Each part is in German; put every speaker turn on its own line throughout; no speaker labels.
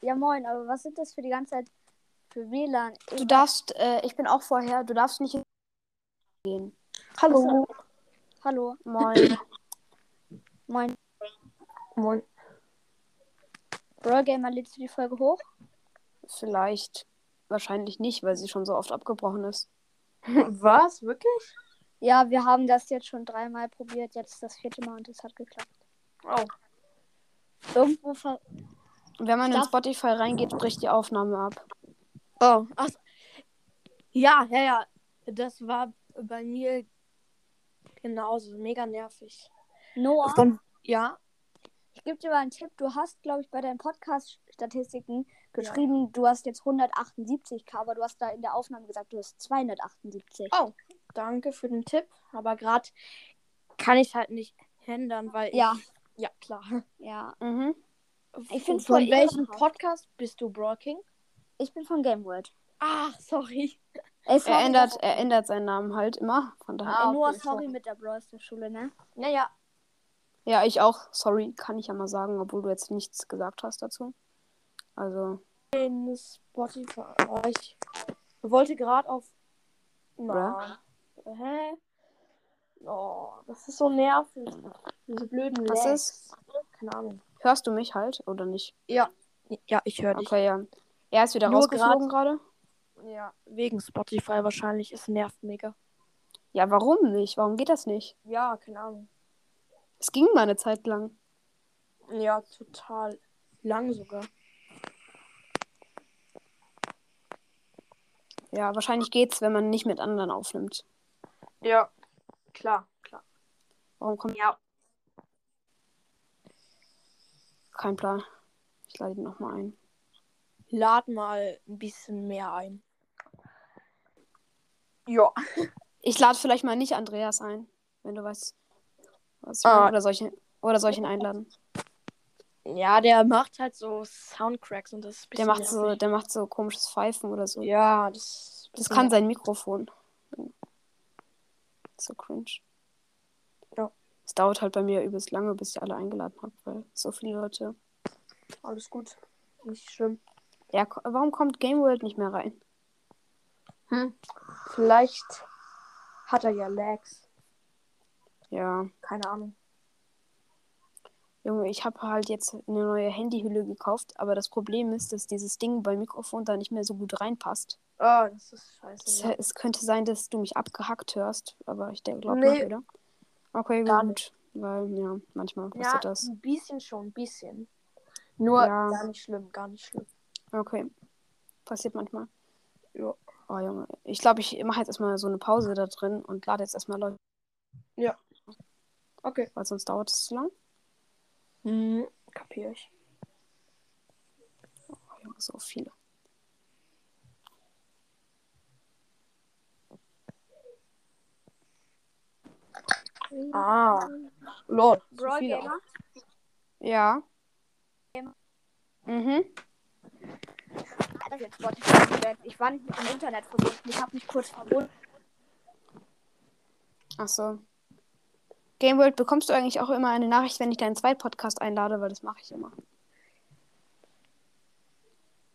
Ja, moin, aber was sind das für die ganze Zeit für WLAN?
Du darfst, äh, ich bin auch vorher, du darfst nicht in gehen. Hallo.
Hallo,
Moin.
moin.
Moin.
Brawl Gamer, lädst du die Folge hoch?
Vielleicht. Wahrscheinlich nicht, weil sie schon so oft abgebrochen ist.
Was? Wirklich?
Ja, wir haben das jetzt schon dreimal probiert, jetzt das vierte Mal und es hat geklappt.
Oh.
Irgendwo ver
Wenn man in
Darf-
Spotify reingeht, bricht die Aufnahme ab.
Oh. Ach, so. ja, ja, ja. Das war bei mir genauso. Mega nervig.
Noah,
Ja.
ich gebe dir mal einen Tipp. Du hast, glaube ich, bei deinen Podcast-Statistiken geschrieben, du hast jetzt 178k, aber du hast da in der Aufnahme gesagt, du hast 278.
Oh. Danke für den Tipp. Aber gerade kann ich halt nicht ändern, weil
Ja,
ich. Ja, klar.
ja.
Mhm.
Ich find's
Von
voll
welchem
ehrenhaft.
Podcast bist du, Broking?
Ich bin von Game World.
Ach, Ah, sorry.
Ey,
Er
sorry,
ändert,
dass-
er ändert seinen Namen halt immer. Von daher.
Ah.
Ey, Noah,
okay,
sorry
sorry.
mit der Brawl-Schule, ne?
Naja,
Ja, ich auch. Sorry, kann ich ja mal sagen, obwohl du jetzt nichts gesagt hast dazu. Also,
in Spotify. Ich wollte gerade auf. Na. Hä? Oh, das ist so nervig. Diese blöden
was
Lags.
ist?
Keine Ahnung.
Hörst du mich halt oder nicht?
Ja, ich höre dich.
Okay, ja. Er ist wieder
Nur
rausgeflogen gerade.
Ja, wegen Spotify wahrscheinlich. Es nervt mega.
Ja, warum nicht? Warum geht das nicht?
Ja, keine Ahnung.
Es ging mal eine Zeit lang.
Ja, total lang sogar.
Ja, wahrscheinlich geht's, wenn man nicht mit anderen aufnimmt.
Ja, klar, klar.
Warum kommt
Ja.
kein Plan? Ich lade ihn nochmal ein.
Lad mal ein bisschen mehr ein. Ja.
Ich lade vielleicht mal nicht Andreas ein, wenn du weißt. Was ich
Ah.
meine. Oder soll ich, ihn- oder soll ich ihn einladen?
Ja, der macht halt so Soundcracks und das ist ein
Der
bisschen
macht so,
nervig.
der macht so komisches Pfeifen oder so.
Ja, das
Das kann sein Mikrofon. So cringe.
Ja.
Es dauert halt bei mir übelst lange, bis ich alle eingeladen habe, weil so viele Leute.
Alles gut. Nicht schlimm.
Ja, ko- warum kommt Game World nicht mehr rein?
Vielleicht hat er ja Lags.
Ja.
Keine Ahnung.
Junge, ich habe halt jetzt eine neue Handyhülle gekauft, aber das Problem ist, dass dieses Ding beim Mikrofon da nicht mehr so gut reinpasst.
Oh, das ist
Es,
scheiße. ja.
es könnte sein, dass du mich abgehackt hörst, aber ich denke, glaub
Nee.
nicht, oder? Okay,
Gar
gut. Weil, ja, manchmal
Ja,
passiert das.
ein bisschen schon, ein bisschen. Nur
Ja.
gar nicht schlimm, gar nicht schlimm.
Okay. Passiert manchmal.
Ja.
Oh, Junge. Ich glaube, ich mache jetzt erstmal so eine Pause da drin und lade jetzt erstmal Leute,
Okay.
weil sonst dauert es zu lang.
Mhm. Kapier ich.
Oh, Junge, so viele.
Ah. Lord. so
Brawl
viele
Gamer?
Ja. Mhm.
Hat das jetzt Spotify gesagt? Ich war nicht mit dem Internet verbunden. Ich habe mich kurz verbunden.
Ach so. Game World, bekommst du eigentlich auch immer eine Nachricht, wenn ich deinen Zweitpodcast einlade, weil das mache ich immer.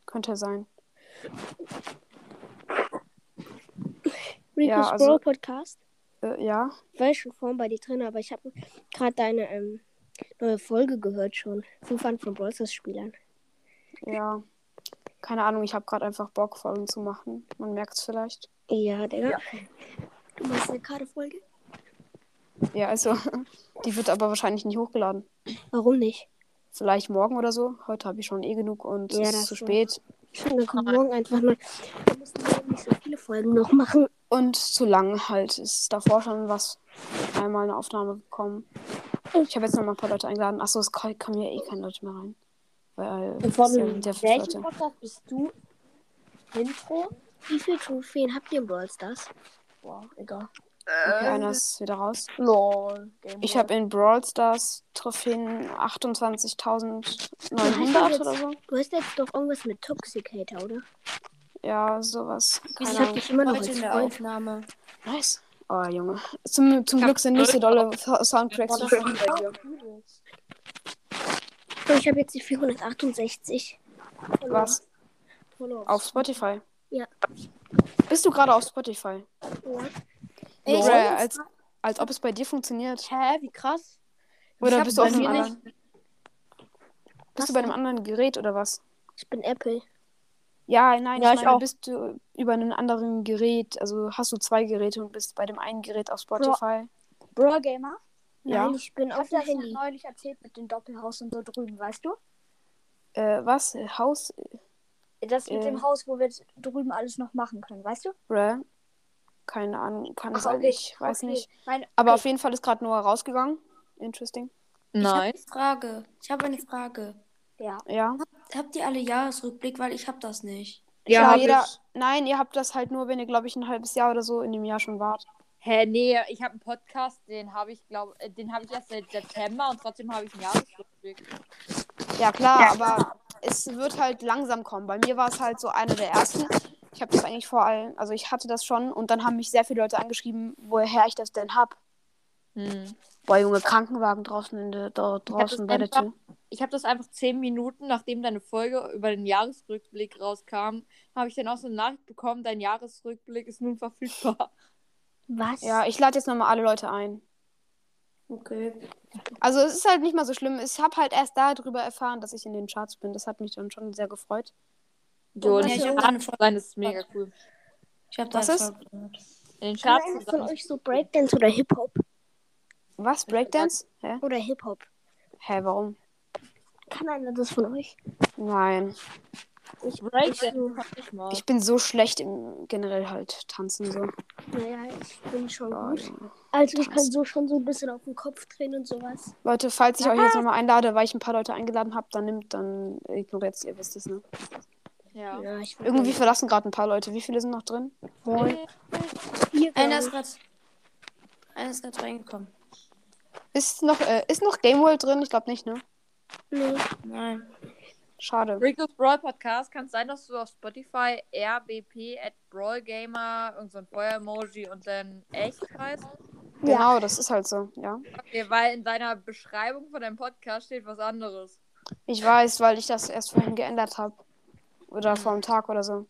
Könnte sein.
Rico's
Ja, also-
Brawl Podcast.
Äh, ja.
Ich war ja schon vorhin bei dir drin, aber ich habe gerade deine ähm, neue Folge gehört schon. Fünfhand von Brawl Stars Spielern.
Ja. Keine Ahnung, ich habe gerade einfach Bock, Folgen zu machen. Man merkt es vielleicht.
Ja, Digga.
Ja.
Du machst eine gerade Folge?
Ja, also, die wird aber wahrscheinlich nicht hochgeladen.
Warum nicht?
Vielleicht morgen oder so. Heute habe ich schon eh genug und
Ja,
es ist
das
zu
war-
spät.
Schon, dann kommt morgen einfach mal. Wir müssen morgen nicht so viele Folgen noch machen.
Und zu lang halt. Ist davor schon was. Einmal eine Aufnahme gekommen. Ich habe jetzt noch mal ein paar Leute eingeladen. Achso, es ko- kommen ja eh keine Leute mehr rein. Weil es
Von
sind ja fünf
welchem
Leute.
Podcast bist du? Intro?
Wie viele Trophäen habt ihr in Brawl Stars?
Boah, egal.
Okay, einer ist wieder raus.
Lol. Game
Ich
Boy.
habe in Brawl Stars Trophäen 28.900 oder so.
Du hast jetzt doch irgendwas mit Toxicator, oder?
Ja, sowas.
Ich
Keine
hab
Ahnung.
dich immer noch
Heute
als
in der
Freund.
Aufnahme.
Nice. Oh, Junge. Zum, zum Glück sind nicht so dolle Fa- Soundtracks wie von bei dir.
Ich habe jetzt die 468.
Was?
Follower.
Auf Spotify?
Ja.
Bist du gerade auf Spotify?
Ja.
Ich-
Lol, als, als ob es bei dir funktioniert.
Hä, wie krass.
Oder
hab
bist du auf
bei
einem
mir
anderen? Bist du bei einem anderen Gerät oder was?
Ich bin Apple.
Ja, nein,
Ja,
ich
ich
meine,
auch.
bist du über einem anderen Gerät, also hast du zwei Geräte und bist bei dem einen Gerät auf Spotify.
Bro Gamer,
Ja.
Nein, ich bin
ich
auf
hab
dem
das ja
Handy.
neulich erzählt mit dem Doppelhaus und so drüben, weißt du?
Äh, was? Haus?
Das mit
Äh.
dem Haus, wo wir drüben alles noch machen können, weißt du?
Bruh. Keine Ahnung, kann
Ach,
sein,
okay,
ich weiß
okay.
nicht.
Nein,
Aber
okay.
auf jeden Fall ist gerade Noah rausgegangen. Interesting.
Nein.
Ich habe eine Frage. Ich habe eine Frage.
ja.
Ja.
Habt ihr alle Jahresrückblick? Weil ich habe das nicht.
Ja,
hab
jeder.
ich.
Nein, ihr habt das halt nur, wenn ihr, glaube ich, ein halbes Jahr oder so in dem Jahr schon wart.
Hä, nee, ich habe einen Podcast, den habe ich, glaube den habe ich erst seit September und trotzdem habe ich einen Jahresrückblick.
Ja, klar, aber es wird halt langsam kommen. Bei mir war es halt so einer der ersten. Ich habe das eigentlich vor allem, also ich hatte das schon und dann haben mich sehr viele Leute angeschrieben, woher ich das denn hab.
Hm.
Boah, Junge, Krankenwagen draußen, in der, da, draußen bei der
einfach-
Tür.
Ich habe das einfach zehn Minuten, nachdem deine Folge über den Jahresrückblick rauskam, habe ich dann auch so eine Nachricht bekommen, dein Jahresrückblick ist nun verfügbar.
Was?
Ja, ich lade jetzt nochmal alle Leute ein.
Okay.
Also es ist halt nicht mal so schlimm. Ich habe halt erst darüber erfahren, dass ich in den Charts bin. Das hat mich dann schon sehr gefreut.
So,
Ja,
in den
ich hab
Charts zu sein, das ist mega cool.
Ich habe
Was
das
ist?
gehört.
In den
Kann
Charts zu
einer von
sein.
euch so Breakdance oder Hip-Hop?
Was? Breakdance? Hä?
Oder Hip-Hop?
Hä, warum?
Kann einer das von euch?
Nein.
Breakdance kann ich mal.
Ich bin so schlecht im generell halt tanzen so.
Naja, ich bin schon
Oh,
gut.
Junge.
Also ich
das-
kann so schon so ein bisschen auf den Kopf drehen und sowas.
Leute, falls ich euch
Ah.
jetzt nochmal einlade, weil ich ein paar Leute eingeladen habe, dann nimmt, dann ignoriert ihr, wisst es, ne?
Ja.
Ja, ich will
Irgendwie verlassen gerade ein paar Leute. Wie viele sind noch drin?
Bier, glaub
Einer
ich.
ist gerade. Einer ist gerade reingekommen.
Ist noch, äh, ist noch Game World drin? Ich glaube nicht, ne?
Nee.
Nein.
Schade.
Rico's Brawl Podcast, kann es sein, dass du auf Spotify rbp at brawlgamer und so ein Feuer-Emoji und dann echt heißt?
Genau, das ist halt so, ja.
Okay, weil in deiner Beschreibung von deinem Podcast steht was anderes.
Ich weiß, weil ich das erst vorhin geändert habe. Oder vor einem Tag oder so.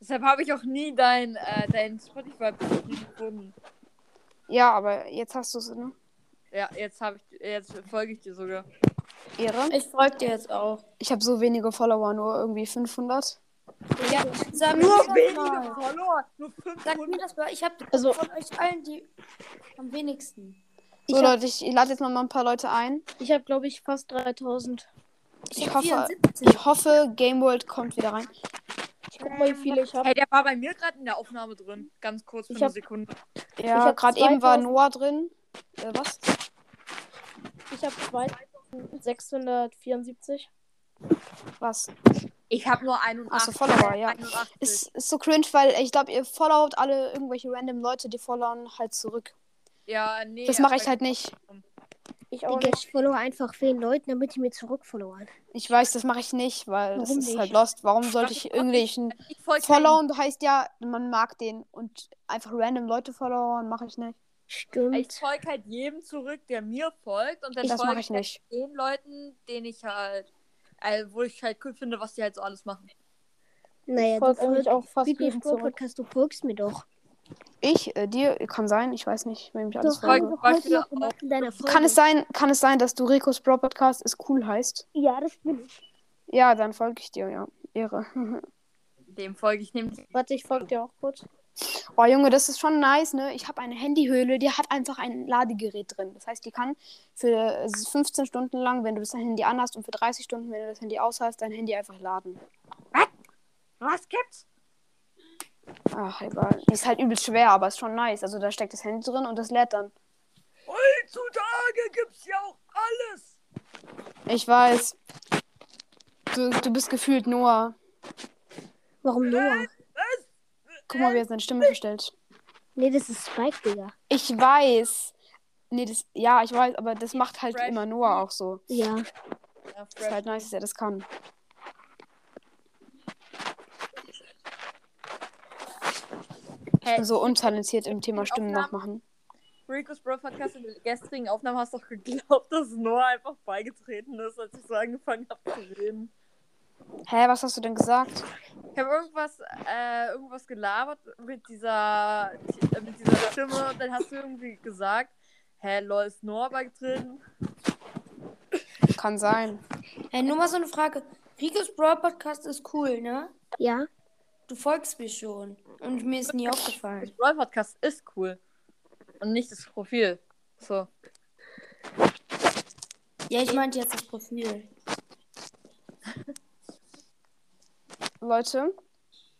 Deshalb habe ich auch nie dein, äh, dein Spotify-Profil gefunden.
Ja, aber jetzt hast du es, ne?
Ja, jetzt habe ich jetzt folge ich dir sogar.
Ehre.
Ich folge dir jetzt auch.
Ich habe so wenige Follower, nur irgendwie 500.
Ja, sag mir das mal.
Follower, nur
Sag mir das mal. Ich habe
Also-
von euch allen die am wenigsten.
So,
Ich hab-
Leute, ich lade jetzt nochmal ein paar Leute ein.
Ich habe, glaube ich, fast 3000.
Ich
hab
hoffe-
74.
Ich hoffe, Game World kommt wieder rein.
Ich guck mal, wie viele ich habe.
Hey, der war bei mir gerade in der Aufnahme drin. Ganz kurz für
Ich
eine
hab-
Sekunde.
Ich
Ja,
hab
gerade eben war
2000.
Noah drin. Äh, was?
Ich habe 2674.
Was?
Ich habe nur
Ach so,
81.
Follower, ja.
81.
Ist, ist so cringe, weil ich glaube, ihr followt alle irgendwelche random Leute, die followen halt zurück.
ja, nee. also
Das mache ich
aber-
halt nicht.
Ich auch.
Digga,
Nicht.
ich follow einfach vielen Leuten, damit die mir zurückfollowern.
Ich weiß, das mache ich nicht, weil das
Warum
ist
nicht?
halt lost. Warum sollte ich irgendwelchen
Ich folge keinen.
Followen heißt ja, man mag den und einfach random Leute followen mache ich nicht.
Ich
Stimmt.
folge halt jedem zurück, der mir folgt. Und dann
Das
folge
mache ich nicht.
den Leuten, denen ich halt, äh, wo ich halt cool finde, was die halt so alles machen.
Naja,
Ich
du
folge eigentlich
folgst
auch fast
Videos
jedem
pro
zurück.
Podcast, du folgst mir doch.
Ich, äh, dir kann sein, ich weiß nicht, wem ich alles
Doch, haben
folge.
wir doch heute
Beispiel
noch gemacht in deiner Folge.
Kann es sein, kann es sein, dass du Ricos Bro Podcast ist cool heißt?
Ja, das bin ich.
Ja, dann folge ich dir, ja. Ehre.
Dem folge ich nämlich.
Warte, ich folge dir auch kurz.
Boah, Junge, das ist schon nice, ne? Ich habe eine Handyhöhle, die hat einfach ein Ladegerät drin. Das heißt, die kann für 15 Stunden lang, wenn du das Handy anhast und für 30 Stunden, wenn du das Handy aus hast, dein Handy einfach laden.
Was gibt's?
Ach, egal. Ist halt übelst schwer, aber ist schon nice. Also da steckt das Handy drin und das lädt dann.
Heutzutage gibt's ja auch alles.
Ich weiß. Du, du bist gefühlt Noah.
Warum Noah?
Guck mal, wie er seine Stimme verstellt.
Nee, das ist Spike, Digga.
Ich weiß. Nee, das, ja, ich weiß, aber das macht halt immer Noah auch so.
Ja.
Ja,
Ist
Fresh.
halt nice, dass er das kann. Ich bin so untalentiert im Thema Stimmen nachmachen.
Rico's Bro Podcast in der gestrigen Aufnahme hast du doch geglaubt, dass Noah einfach beigetreten ist, als ich so angefangen habe zu reden.
Hä, was hast du denn gesagt?
Ich habe irgendwas, äh, irgendwas gelabert mit dieser, äh, mit dieser Stimme und dann hast du irgendwie gesagt, hä, lol, ist Norbert drin?
Kann sein.
Hey, nur mal so eine Frage. Ricos Brawl Podcast ist cool, ne?
Ja?
Du folgst mir schon. Und mir ist nie
Das
aufgefallen.
Brawl Podcast ist cool. Und nicht das Profil. So.
Ja, ich meinte jetzt das Profil.
Leute,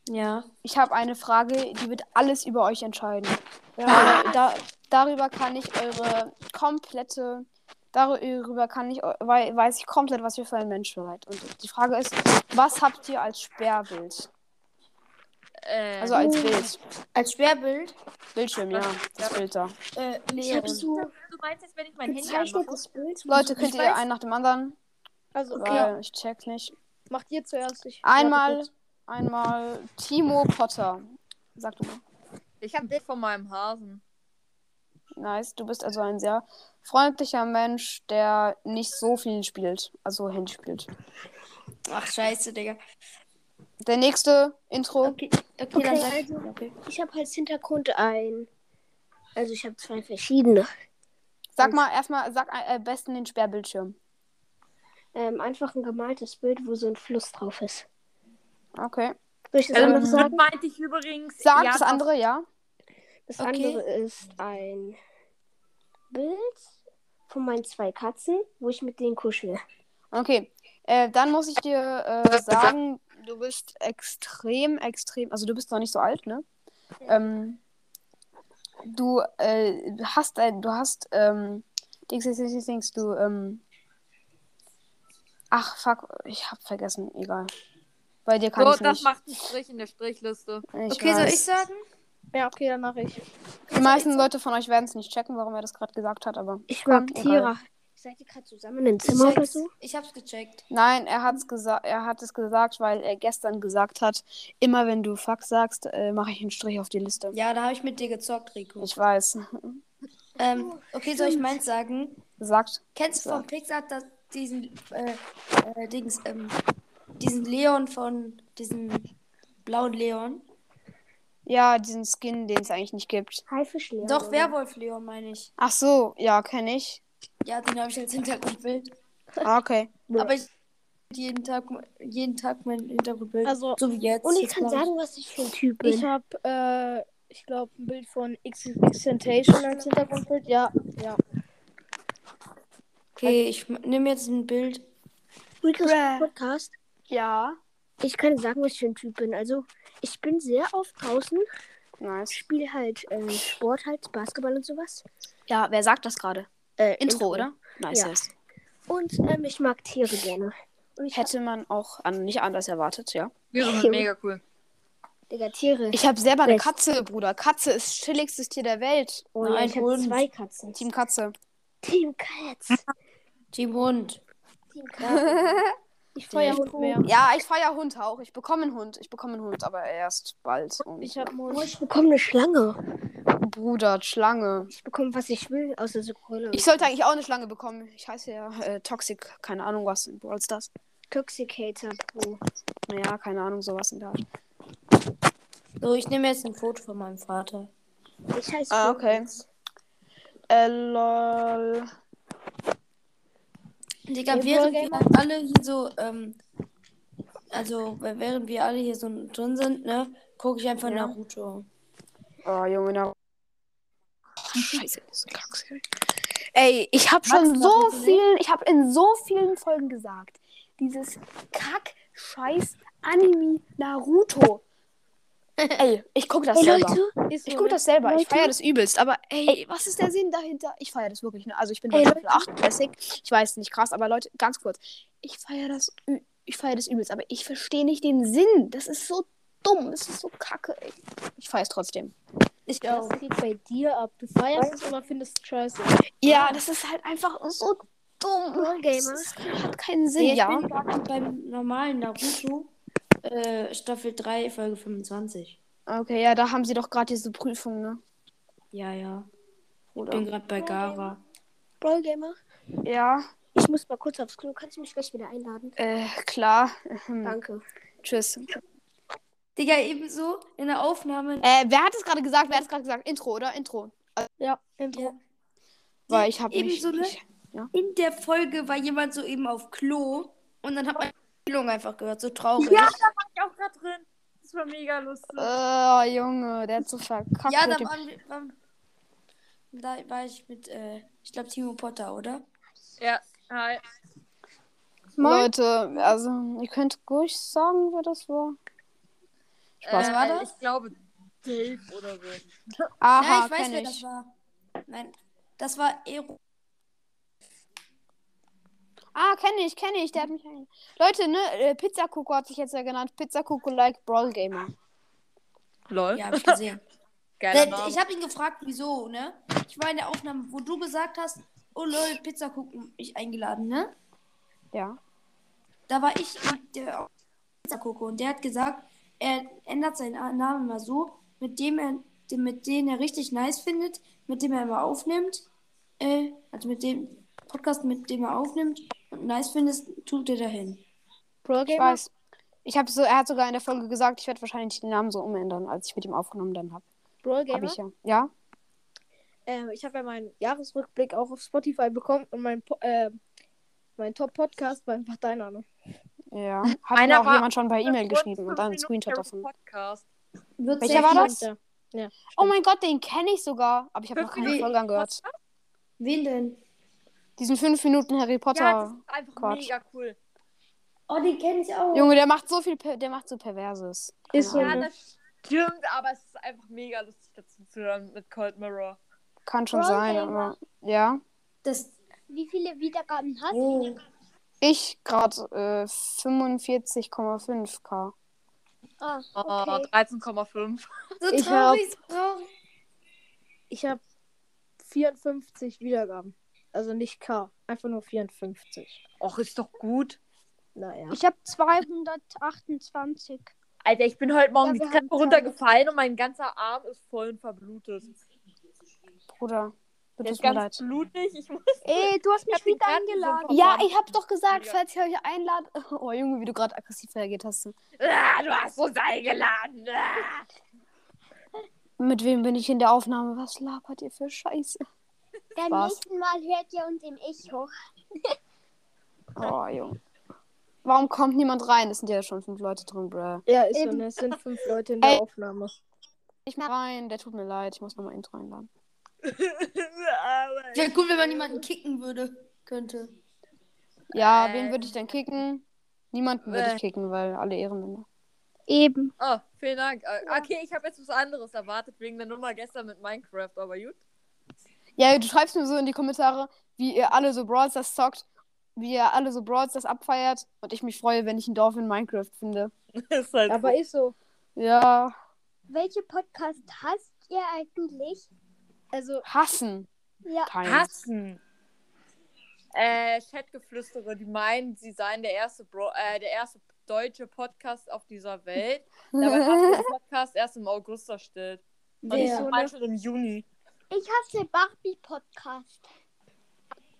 Ja.
ich habe eine Frage, die wird alles über euch entscheiden. Aber da, darüber kann ich eure komplette, darüber kann ich, eu- wei- weiß ich komplett, was ihr für ein Mensch seid. Und die Frage ist, was habt ihr als Sperrbild?
Äh,
Also als Bild.
Als Sperrbild?
Bildschirm, ja. Das Bild da.
Äh,
Ich hab
Leon.
so
du meinst jetzt, wenn ich mein Handy anmache?
gezeichnetes Bild.
Leute, könnt ihr einen nach dem anderen?
Also, okay.
Weil ich check nicht.
Macht ihr zuerst. Ich
Einmal, einmal Timo Potter. Sag du mal.
Ich habe ein Bild von meinem Hasen.
Nice. Du bist also ein sehr freundlicher Mensch, der nicht so viel spielt. Also Handy spielt.
Ach, scheiße, Digga.
Der nächste Intro.
Okay,
Okay,
Okay,
dann sag ich.
also-
Okay.
ich habe als Hintergrund ein. Also ich habe zwei verschiedene.
Sag mal erstmal, sag am äh, besten den Sperrbildschirm.
Ähm, einfach ein gemaltes Bild, wo so ein Fluss drauf ist.
Okay.
Soll ich das
Also,
andere
das
sagen?
meinte ich übrigens.
Sag
ja,
das andere, ja.
Das
Okay.
andere ist ein Bild von meinen zwei Katzen, wo ich mit denen kuschel.
Okay. Äh, dann muss ich dir äh, sagen, du bist extrem, extrem, also du bist noch nicht so alt, ne? Ähm, du äh, hast ein, du hast, ähm, Dings, Dings, Dings, Dings, Dings, du, ähm, ach, fuck, ich hab vergessen, egal. Bei dir kann
So,
ich
das
nicht.
macht einen Strich in der Strichliste.
ich
Okay, soll ich sagen?
Ja, okay, dann mache ich.
Die meisten Leute von euch werden es nicht checken, warum er das gerade gesagt hat, aber
Ich mag
Komm,
Tiere. Seid ihr gerade zusammen in einem Zimmer oder
check's.
so?
ich hab's gecheckt.
Nein, er hat's gesagt, er hat es gesagt, weil er gestern gesagt hat, immer wenn du Fuck sagst, äh, mache ich einen Strich auf die Liste.
Ja, da habe ich mit dir gezockt, Rico.
Ich weiß.
Ähm, okay, soll ich meins sagen?
Sagt.
Kennst du
So.
von Pixar das, diesen, äh, äh, Dings, ähm, diesen Leon von, diesen blauen Leon?
Ja, diesen Skin, den es eigentlich nicht gibt.
Haifisch leer.
Doch, Werwolf-Leon meine ich.
Ach so, ja, kenne ich.
Ja, den habe ich als Hintergrundbild.
Ah, Okay.
Ja.
Aber ich jeden Tag, jeden Tag mein Hintergrundbild.
Also,
so wie jetzt. Genau.
Und ich
Jetzt
kann
mach
sagen, was ich für ein Typ bin.
ich habe, äh, ich glaube, ein Bild von Xentation als Hintergrundbild. Ja, ja.
Okay, ich nehme jetzt ein Bild.
Rico's
Bruh.
Podcast.
Ja.
Ich kann sagen, was ich für ein Typ bin. Also, ich bin sehr oft draußen,
Nice.
spiele halt ähm, Sport, halt Basketball und sowas.
Ja, wer sagt das gerade?
Äh,
Intro, oder? Nice.
Ja.
nice.
Und ähm, ich mag Tiere gerne. Und ich
Hätte man auch an, nicht anders erwartet, ja.
Wir sind mega cool.
hab, Digga, Tiere.
Ich habe selber eine
Best.
Katze, Bruder. Katze ist chilligstes Tier der Welt.
oh, ja,
Nein,
ich habe
Hund.
zwei Katzen.
Team Katze.
Team Cats.
Team Hund.
Team Cats. Ich feuer Hund mehr.
Ja, ich feier Hund auch. Ich bekomme einen Hund. Ich bekomme einen Hund, aber erst bald. Und
Ich habe
Oh,
Mond.
ich bekomme eine Schlange.
Bruder, Schlange.
Ich bekomme, was ich will, außer so Kohle.
Ich sollte eigentlich auch eine Schlange bekommen. Ich heiße ja äh, Toxic, keine Ahnung was in Brawl Stars.
Toxicator Pro.
Naja, keine Ahnung, sowas in der Art.
So, ich nehme jetzt ein Foto von meinem Vater.
Ich heiße
Ah, okay. Äh, lol.
Digga,
Hey,
während wir
Wargamer.
alle hier so, ähm, also während wir alle hier so drin sind, ne, gucke ich einfach Naruto.
Oh, Junge, na. Scheiße, das ist Klacks. Ey, ich habe schon so viel, ich habe in so vielen Folgen gesagt, dieses kack scheiß Anime Naruto. Ey, ich guck das
Hey
selber.
Leute,
Ich gucke das selber, ich
Leute.
feiere das übelst, aber ey, was ist der Sinn dahinter? Ich feiere das wirklich. Ne? Also ich bin
Ey,
bei Staffel 38, ich weiß nicht krass, aber Leute, ganz kurz. Ich feiere das, ü- ich feiere das übelst, aber ich verstehe nicht den Sinn. Das ist so dumm, das ist so kacke. Ey. Ich feiere es trotzdem.
Ich
Das
glaube.
geht bei dir ab. Du feierst es, aber findest es scheiße.
Ja, das ist halt einfach so dumm.
Brawl
Das
Gamer.
ist, hat keinen Sinn,
Nee, ich
ja.
bin gerade beim normalen Naruto, äh, Staffel 3, Folge 25.
Okay, ja, da haben sie doch gerade diese Prüfung, ne?
Ja, ja. Ich
Oder?
bin gerade bei Gara.
Brawl Gamer.
Ja.
Ich muss mal kurz aufs Klo. Kannst du mich gleich wieder einladen?
Äh, klar. Ähm,
Danke.
Tschüss.
Digga, ebenso in der Aufnahme.
Äh, wer hat es gerade gesagt? Wer hat es gerade gesagt? Intro, oder? Intro.
Ja, Intro.
Ja.
Weil ich habe mich.
Ebenso, ne?
ich- ja.
In der Folge war jemand so eben auf Klo und dann hat man die Empfehlung einfach gehört. So traurig.
Ja, da war ich auch gerade drin. Das war mega lustig.
Äh, Junge, der hat so verkackt.
Ja,
mit
da
dem-
waren wir. Waren, da war ich mit, äh, ich glaube, Timo Potter, oder?
Ja, hi.
Leute, also, ihr könnt ruhig sagen, wer das war. Spaß.
äh,
war das?
Ich glaube, Dave oder so.
Aha,
Nein, ich weiß,
kenn
wer
ich.
das war. Nein, das war Ero.
Ah, kenne ich, kenne ich. Der hat mich. ein- Leute, ne? Äh, Pizza Coco hat sich jetzt ja genannt. Pizza Coco like Brawl Gamer.
Lol.
Ja, hab ich gesehen.
Geiler
Der,
Name.
ich habe ihn gefragt, wieso, ne? Ich war in der Aufnahme, wo du gesagt hast, oh lol, Pizza gucken, ich eingeladen, ne?
Ja.
Da war ich in der Pizza gucke und der hat gesagt, er ändert seinen Namen mal so, mit dem er, dem- mit denen er richtig nice findet, mit dem er immer aufnimmt, äh, also mit dem Podcast, mit dem er aufnimmt und nice findet, tut er dahin.
Brawl Gamer? Ich weiß. Ich habe so, er hat sogar in der Folge gesagt, ich werde wahrscheinlich den Namen so umändern, als ich mit ihm aufgenommen dann habe.
Brawl
Hab
Gamer.
ich ja. Ja?
Ähm, ich habe ja meinen Jahresrückblick auch auf Spotify bekommen und mein, Po- äh, mein Top-Podcast war einfach dein Name.
Ja. Hat
Einer
mir auch
war-
jemand schon per E-Mail geschrieben
Fünf
und dann einen
Minuten
Screenshot
Harry
davon.
Podcast.
Wird
Welcher
sehr
war
viel
das?
weiter. Ja.
Oh mein Gott, den kenne ich sogar, aber ich habe noch keine
Minuten
Folge angehört.
Wen denn?
Diesen 5 Minuten Harry Potter.
Ja, das ist einfach
Quatsch.
mega cool.
Oh, den kenne ich auch.
Junge, der macht so viel, per der macht so perverses. Keine
Ist so,
Ahnung.
Ja,
ne?
das stimmt, aber es ist einfach mega lustig dazu zu hören mit Cold Mirror.
Kann schon
Brawl
sein,
Gamer.
aber ja.
Das,
Wie viele Wiedergaben hast
oh.
Ich gerade äh, 45,5k.
Ah,
Oh, 13,5.
So
Ich
traurig, so traurig.
Ich habe 54 Wiedergaben. Also nicht K, einfach nur 54.
Och, ist doch gut.
Naja.
Ich habe 228.
Alter, ich bin heute Morgen
Ja, wir
die Treppe
haben-
runtergefallen und mein ganzer Arm ist voll und verblutet.
Bruder, du
Der ist
tust mir leid.
ganz blutig. Ich muss
Ey, du hast mich wieder
Karten
eingeladen.
sind
Ja,
verbannt.
ich hab doch gesagt,
Ja.
falls ich euch einlade. Oh, Junge, wie du gerade aggressiv reagiert hast.
Ah, du hast uns eingeladen. Ah.
Mit wem bin ich in der Aufnahme? Was labert ihr für Scheiße?
Beim
Spaß.
nächsten Mal hört ihr uns im Echo.
Oh, Junge. Warum kommt niemand rein? Es sind ja schon fünf Leute drin, bruh.
Ja, ist so, ne? Es sind fünf Leute in der
Ey.
Aufnahme.
Ich mach rein, der tut mir leid. Ich muss nochmal Intro einladen.
Aber-
Wäre cool, wenn man jemanden kicken würde. Könnte.
Ja,
Äh.
wen würde ich denn kicken? Niemanden würde ich kicken, weil alle Ehrenmänner.
Eben.
oh, vielen Dank. Äh, Okay, ich habe jetzt was anderes erwartet wegen der Nummer gestern mit Minecraft, aber gut.
Ja, du schreibst mir so in die Kommentare, wie ihr alle so Brawl Stars zockt, wie ihr alle so Brawl Stars abfeiert und ich mich freue, wenn ich ein Dorf in Minecraft finde.
ist halt
Aber ist so.
Ja,
Welche Podcast hast ihr eigentlich?
Also,
hassen.
Ja.
Kein.
hassen. Äh, Chatgeflüstere, die meinen, sie seien der erste, Bro äh, der erste deutsche Podcast auf dieser Welt. Dabei haben den Podcast erst im August erstellt. Und ich
Wer?
meine schon im Juni.
Ich hasse Barbie Podcast.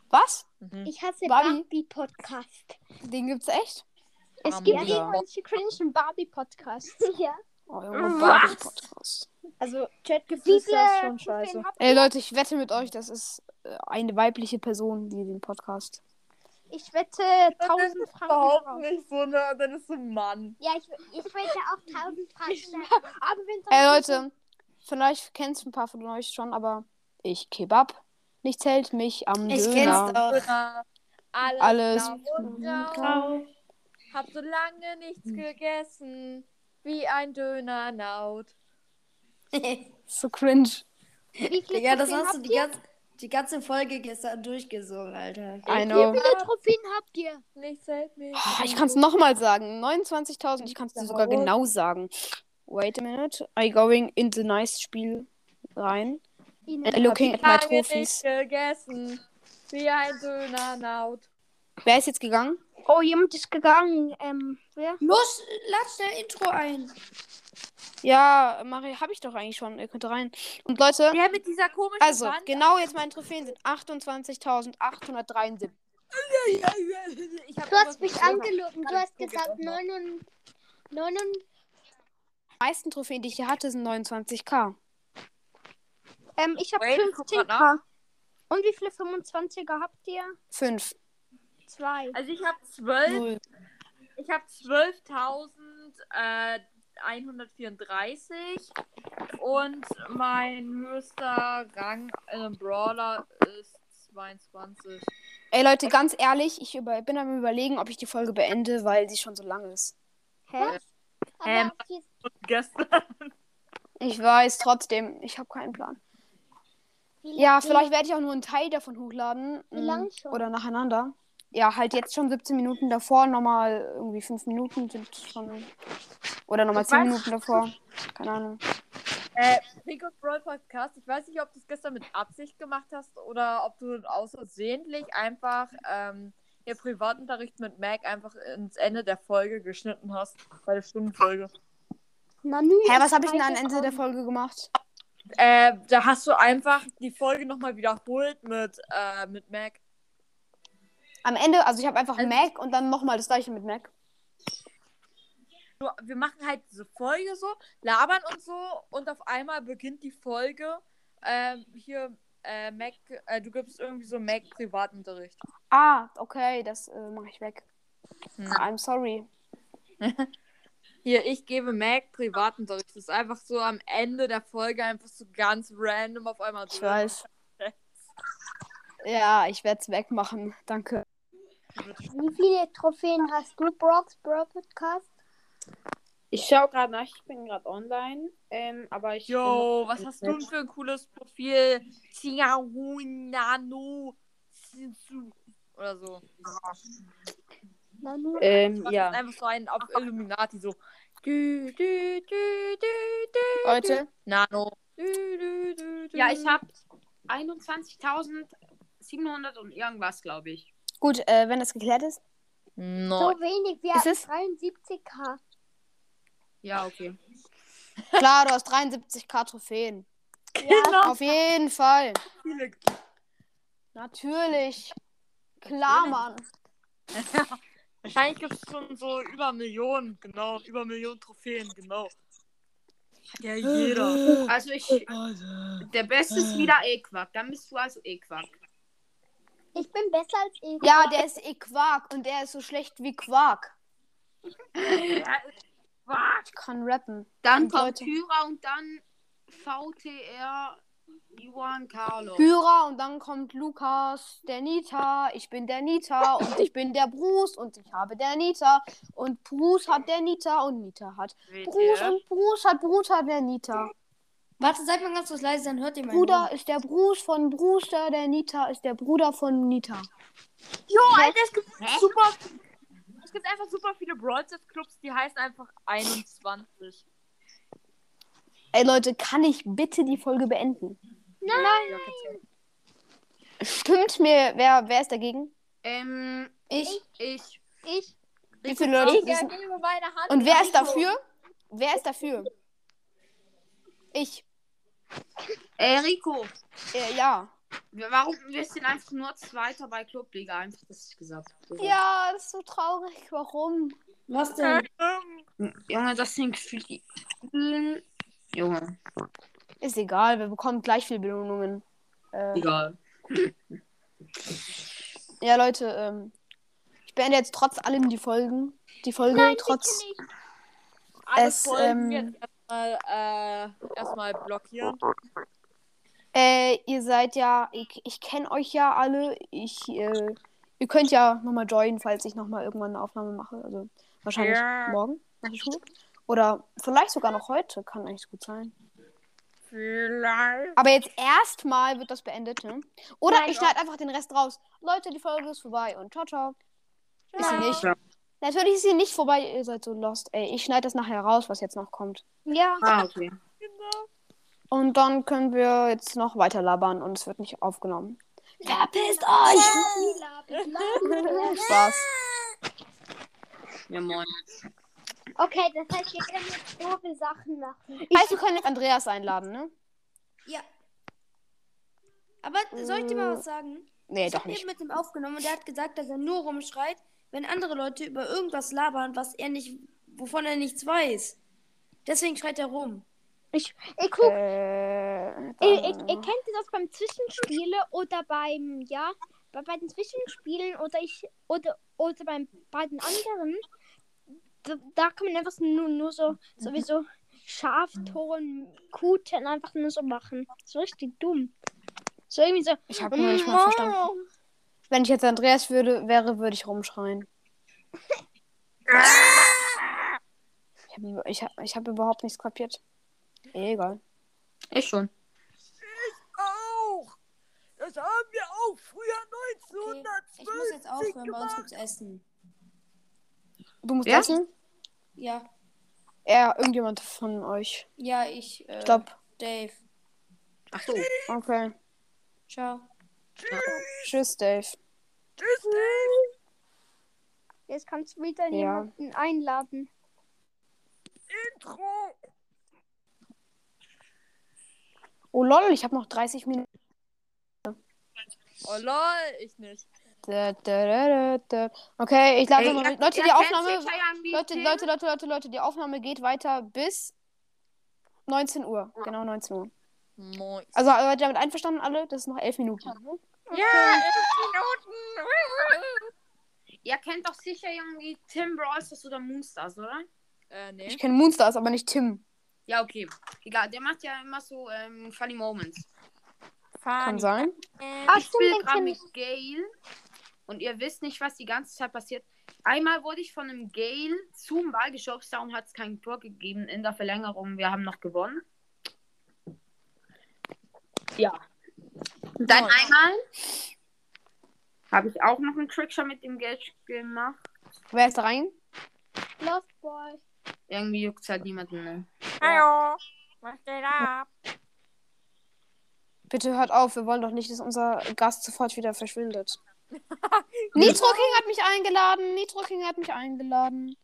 Was?
Mhm.
Ich hasse
Barbie?
Barbie, Podcast.
Den gibt's echt?
Es
Arme
gibt
Lisa.
irgendwelche cringen Barbie Podcasts. Ja.
Oh, Junge, Barbie-Podcast.
also Chatgeflüster
Wie
ist
viele
schon scheiße.
Trophäen habt
Ey, Leute, ich wette mit euch, das ist äh, eine weibliche Person, die den Podcast.
ihr? Ich wette
Das ist
1000 Franken
überhaupt
drauf.
nicht so, ne? Und dann ist so ein Mann.
Ja, ich, ich wette auch 1000 Franken.
Aber wenn
Ey, Äh, Leute, vielleicht kennst ein paar von euch schon, aber ich Kebab. Nichts hält mich am
Ich kenn's
Döner.
doch.
Oder Alles.
Alles.
blau und grau. Hab so lange nichts gegessen, wie ein Dönernaut.
So cringe.
Wie viele
Digga, das
Trophäen
hast
habt
du die
ihr?
ganze, die ganze Folge gestern durchgesungen, Alter.
I
Wie
know.
viele Trophäen habt ihr?
Nichts hält mich.
Oh, ich kann's nochmal sagen. 29.000. Ich kann's dir sogar genau sagen. Wait a minute. I going in the nice Spiel rein.
Ihnen?
And looking at my
lange
trophies.
nicht gegessen, wie ein Dönernaut.
Wer ist jetzt gegangen?
Oh, jemand ist gegangen. Ähm, wer?
Los, lad schnell Intro ein.
Ja, Marie, habe ich doch eigentlich schon. Ihr könnt rein. Und Leute,
Ja, mit dieser komischen
also
Wand.
genau jetzt meine Trophäen sind 28.873.
Ich hab
Du
irgendwas
hast mich
mit
angelogen. Du hast
Google
gesagt
doch noch.
9 und.
Die meisten Trophäen, die ich hier hatte, sind 29k.
Ähm, ich habe
Wait, guck mal
15k. Und wie viele 25er habt ihr?
5.
Zwei.
Also ich habe 12,
Null.
ich äh, habe 12.134 und mein höchster Rang im Brawler ist 22.
Ey Leute, ganz ehrlich, ich über, bin am überlegen, ob ich die Folge beende, weil sie schon so lang ist.
Hä? Aber
Ähm,
hier-
Gestern.
Ich weiß trotzdem, ich habe keinen Plan.
wie-
Ja,
wie-
vielleicht werde ich auch nur einen Teil davon hochladen.
Wie
Mm,
lang schon?
Oder nacheinander. Ja, halt jetzt schon 17 Minuten davor, nochmal irgendwie 5 Minuten sind schon. Oder nochmal
Ich
10
weiß-
Minuten davor. Keine Ahnung.
Pink und Brawl Podcast. Ich weiß nicht, ob du es gestern mit Absicht gemacht hast oder ob du außersehentlich einfach ähm, ihr Privatunterricht mit Mac einfach ins Ende der Folge geschnitten hast. Bei der Stundenfolge.
Nanu
Hä,
ist
was habe ich denn am
weitergekommen.
Ende der Folge gemacht?
Äh, da hast du einfach die Folge nochmal wiederholt mit, äh, mit Mac.
Am Ende, also ich habe einfach
Also-
Mac und dann nochmal das gleiche mit Mac.
Nur, wir machen halt diese Folge so, labern und so und auf einmal beginnt die Folge. ähm, hier, äh, Mac, äh, du gibst irgendwie so Mac Privatunterricht.
Ah, okay, das äh, mache ich weg. Ah,
Hm.
I'm sorry.
Hier, ich gebe Mac Privatunterricht. Das ist einfach so am Ende der Folge einfach so ganz random auf einmal
Ich
drin.
weiß. Ja, ich werde es wegmachen. Danke.
Wie viele Trophäen hast du, Brox, Bro Podcast?
Ich schaue gerade nach, ich bin gerade online. Ähm, aber ich.
Yo, was hast du denn für ein cooles Profil? Tiahu Nano Sinsu oder so.
Nanu.
Äh,
Ähm,
Das
ja.
ist einfach so ein auf Illuminati so. Dü, dü, dü, dü, dü,
Leute,
Nano. Dü, dü, dü, dü.
Ja, ich habe 21.700 und irgendwas, glaube ich.
gut, äh, wenn das geklärt ist.
No.
So wenig, wir
Ist
haben
es-
73k.
Ja, okay.
Klar, du hast 73k Trophäen.
Genau.
Auf jeden Fall.
Viele-
Natürlich. Klar, Mann.
Wahrscheinlich gibt es schon so über Millionen, genau. Über Millionen Trophäen, genau. Hat Ja, jeder.
Also ich. Der Beste ist wieder Equack. Dann bist du also Equack.
Ich bin besser als ich.
Ja, der ist eh Quark und der ist so schlecht wie Quark. Ich kann rappen.
Dann
Und
kommt
Leute.
Tyra und dann VTR Juan Carlo.
Hyra und dann kommt Lukas, der Nita, ich bin der Nita und ich bin der Bruce und ich habe der Nita und Bruce hat der Nita und Nita hat Bruce und Bruce hat Bruce hat der Nita.
Warte, seid mal ganz kurz leise, dann hört ihr meinen
Bruder ist der Bruce von Brewster, der Nita ist der Bruder von Nita.
Jo, Alter, es gibt super. Es gibt einfach super viele Brawl Stars Clubs, die heißen einfach 21.
Ey Leute, kann ich bitte die Folge beenden?
Ja, kannst du-
Stimmt mir, wer, wer ist dagegen?
Ähm,
Ich.
ich.
Ich.
Wie viele Leute
Ja,
wissen?
nehme meine Hand.
Und wer ist dafür? Wer ist dafür? Ich.
Äh, Rico.
Äh, ja.
Warum wirst du denn einfach nur Zweiter bei Clubliga? Einfach, das ist gesagt. habe.
Ja, das ist so traurig. Warum?
Was denn?
Junge, das sind Gefühlen. Junge,
Ist egal, wir bekommen gleich viel Belohnungen. Äh,
egal.
ja, Leute, ähm, ich beende jetzt trotz allem die Folgen. Die Folge trotz.
Alle
Es, ähm,
Folgen jetzt erstmal, äh, erstmal blockieren.
Äh, ihr seid ja, ich, ich kenne euch ja alle. Ich, äh, ihr könnt ja nochmal joinen, falls ich nochmal irgendwann eine Aufnahme mache. Also wahrscheinlich
Ja.
morgen nach der Schule. Oder vielleicht sogar noch heute, kann eigentlich gut sein.
Vielleicht.
Aber jetzt erstmal wird das beendet, ne? Oder ich schneide einfach den Rest raus. Leute, die Folge ist vorbei und ciao, ciao. Ist sie nicht.
Ciao.
Natürlich ist sie nicht vorbei, ihr seid so lost, ey. Ich schneide das nachher raus, was jetzt noch kommt.
Ja.
Ah, okay.
Und dann können wir jetzt noch weiter labern und es wird nicht aufgenommen.
Verpisst euch!
Spaß.
Ja, moin.
Okay, das heißt, wir können jetzt doofe Sachen machen.
Heißt, wir können jetzt Andreas einladen, ne?
Aber soll ich dir mal was sagen?
Nee,
ich
doch
habe
nicht.
eben mit ihm aufgenommen und er hat gesagt, dass er nur rumschreit, wenn andere Leute über irgendwas labern, was er nicht, wovon er nichts weiß. Deswegen schreit er rum.
Ich, ich guck,
Äh,
ihr, ihr,
dann-
ihr kennt das beim Zwischenspiele oder beim, ja, bei, bei den Zwischenspielen oder ich, oder, oder beim, bei den anderen, da, da kann man einfach nur, nur so, sowieso Schaftoren, Kuten einfach nur so machen. So richtig dumm. So irgendwie so,
ich habe noch nicht mal verstanden. Wenn ich jetzt Andreas würde, wäre, würde ich rumschreien. Ich habe ich hab, ich hab überhaupt nichts kapiert. Egal.
Ich schon.
Auch! Das haben wir auch früher
Okay, ich muss jetzt aufhören, bei uns gibt's Essen.
Du musst
Wer?
essen?
Ja,
Ja, irgendjemand von euch.
ja, ich. Äh,
Ich glaube,
Dave.
Ach so.
okay.
Ciao.
Tschüss, Dave.
jetzt kannst du wieder
Ja.
jemanden einladen.
Oh lol, ich habe noch 30 Minuten.
Oh lol, ich nicht.
Da, da, da, da, da. Okay, ich lade
Ey,
mal.
ihr-
Leute,
ihr
die
kennt
Aufnahme.
sich ja irgendwie
Leute,
viel.
Leute, Leute, Leute, Leute, die Aufnahme geht weiter bis 19 Uhr. Genau 19 Uhr.
Moin.
Also, seid ihr damit einverstanden alle? Das sind noch 11 Minuten. ne?
Ihr kennt doch sicher irgendwie Tim Brawlstars oder Moonstars, oder?
Äh, nee.
Ich kenne Moonstars, aber nicht Tim.
Ja, okay. Egal, der macht ja immer so ähm, Funny Moments.
Ah,
Kann sein.
ich spiele gerade mit Gale und ihr wisst nicht, was die ganze Zeit passiert. Einmal wurde ich von einem Gale zum Ball geschubst, darum hat es kein Tor gegeben in der Verlängerung. Wir haben noch gewonnen. Ja. Und dann einmal habe ich auch noch einen Trickshot mit dem Geld gemacht.
Wer ist da rein?
Lost Boy.
Irgendwie juckt es halt niemanden. Ne?
Bitte hört auf, wir wollen doch nicht, dass unser Gast sofort wieder verschwindet. Nitro King hat mich eingeladen. Nitro King hat mich eingeladen.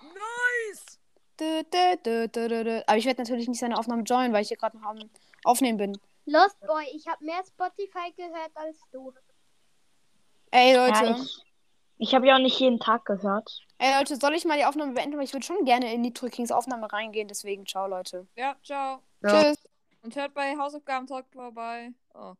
Nice!
Dö, dö, dö, dö, dö, dö. Aber ich werde natürlich nicht seine Aufnahmen joinen, weil ich hier gerade noch am Aufnehmen bin.
Lost Boy, ich habe mehr Spotify gehört als du.
Ey, Leute.
Ja, ich ich habe ja auch nicht jeden Tag gehört.
Ey, Leute, soll ich mal die Aufnahme beenden? Weil ich würde schon gerne in Nitro Kings Aufnahme reingehen, deswegen ciao, Leute.
Ja, ciao.
Tschüss.
Und hört bei Hausaufgaben Talk vorbei. Oh.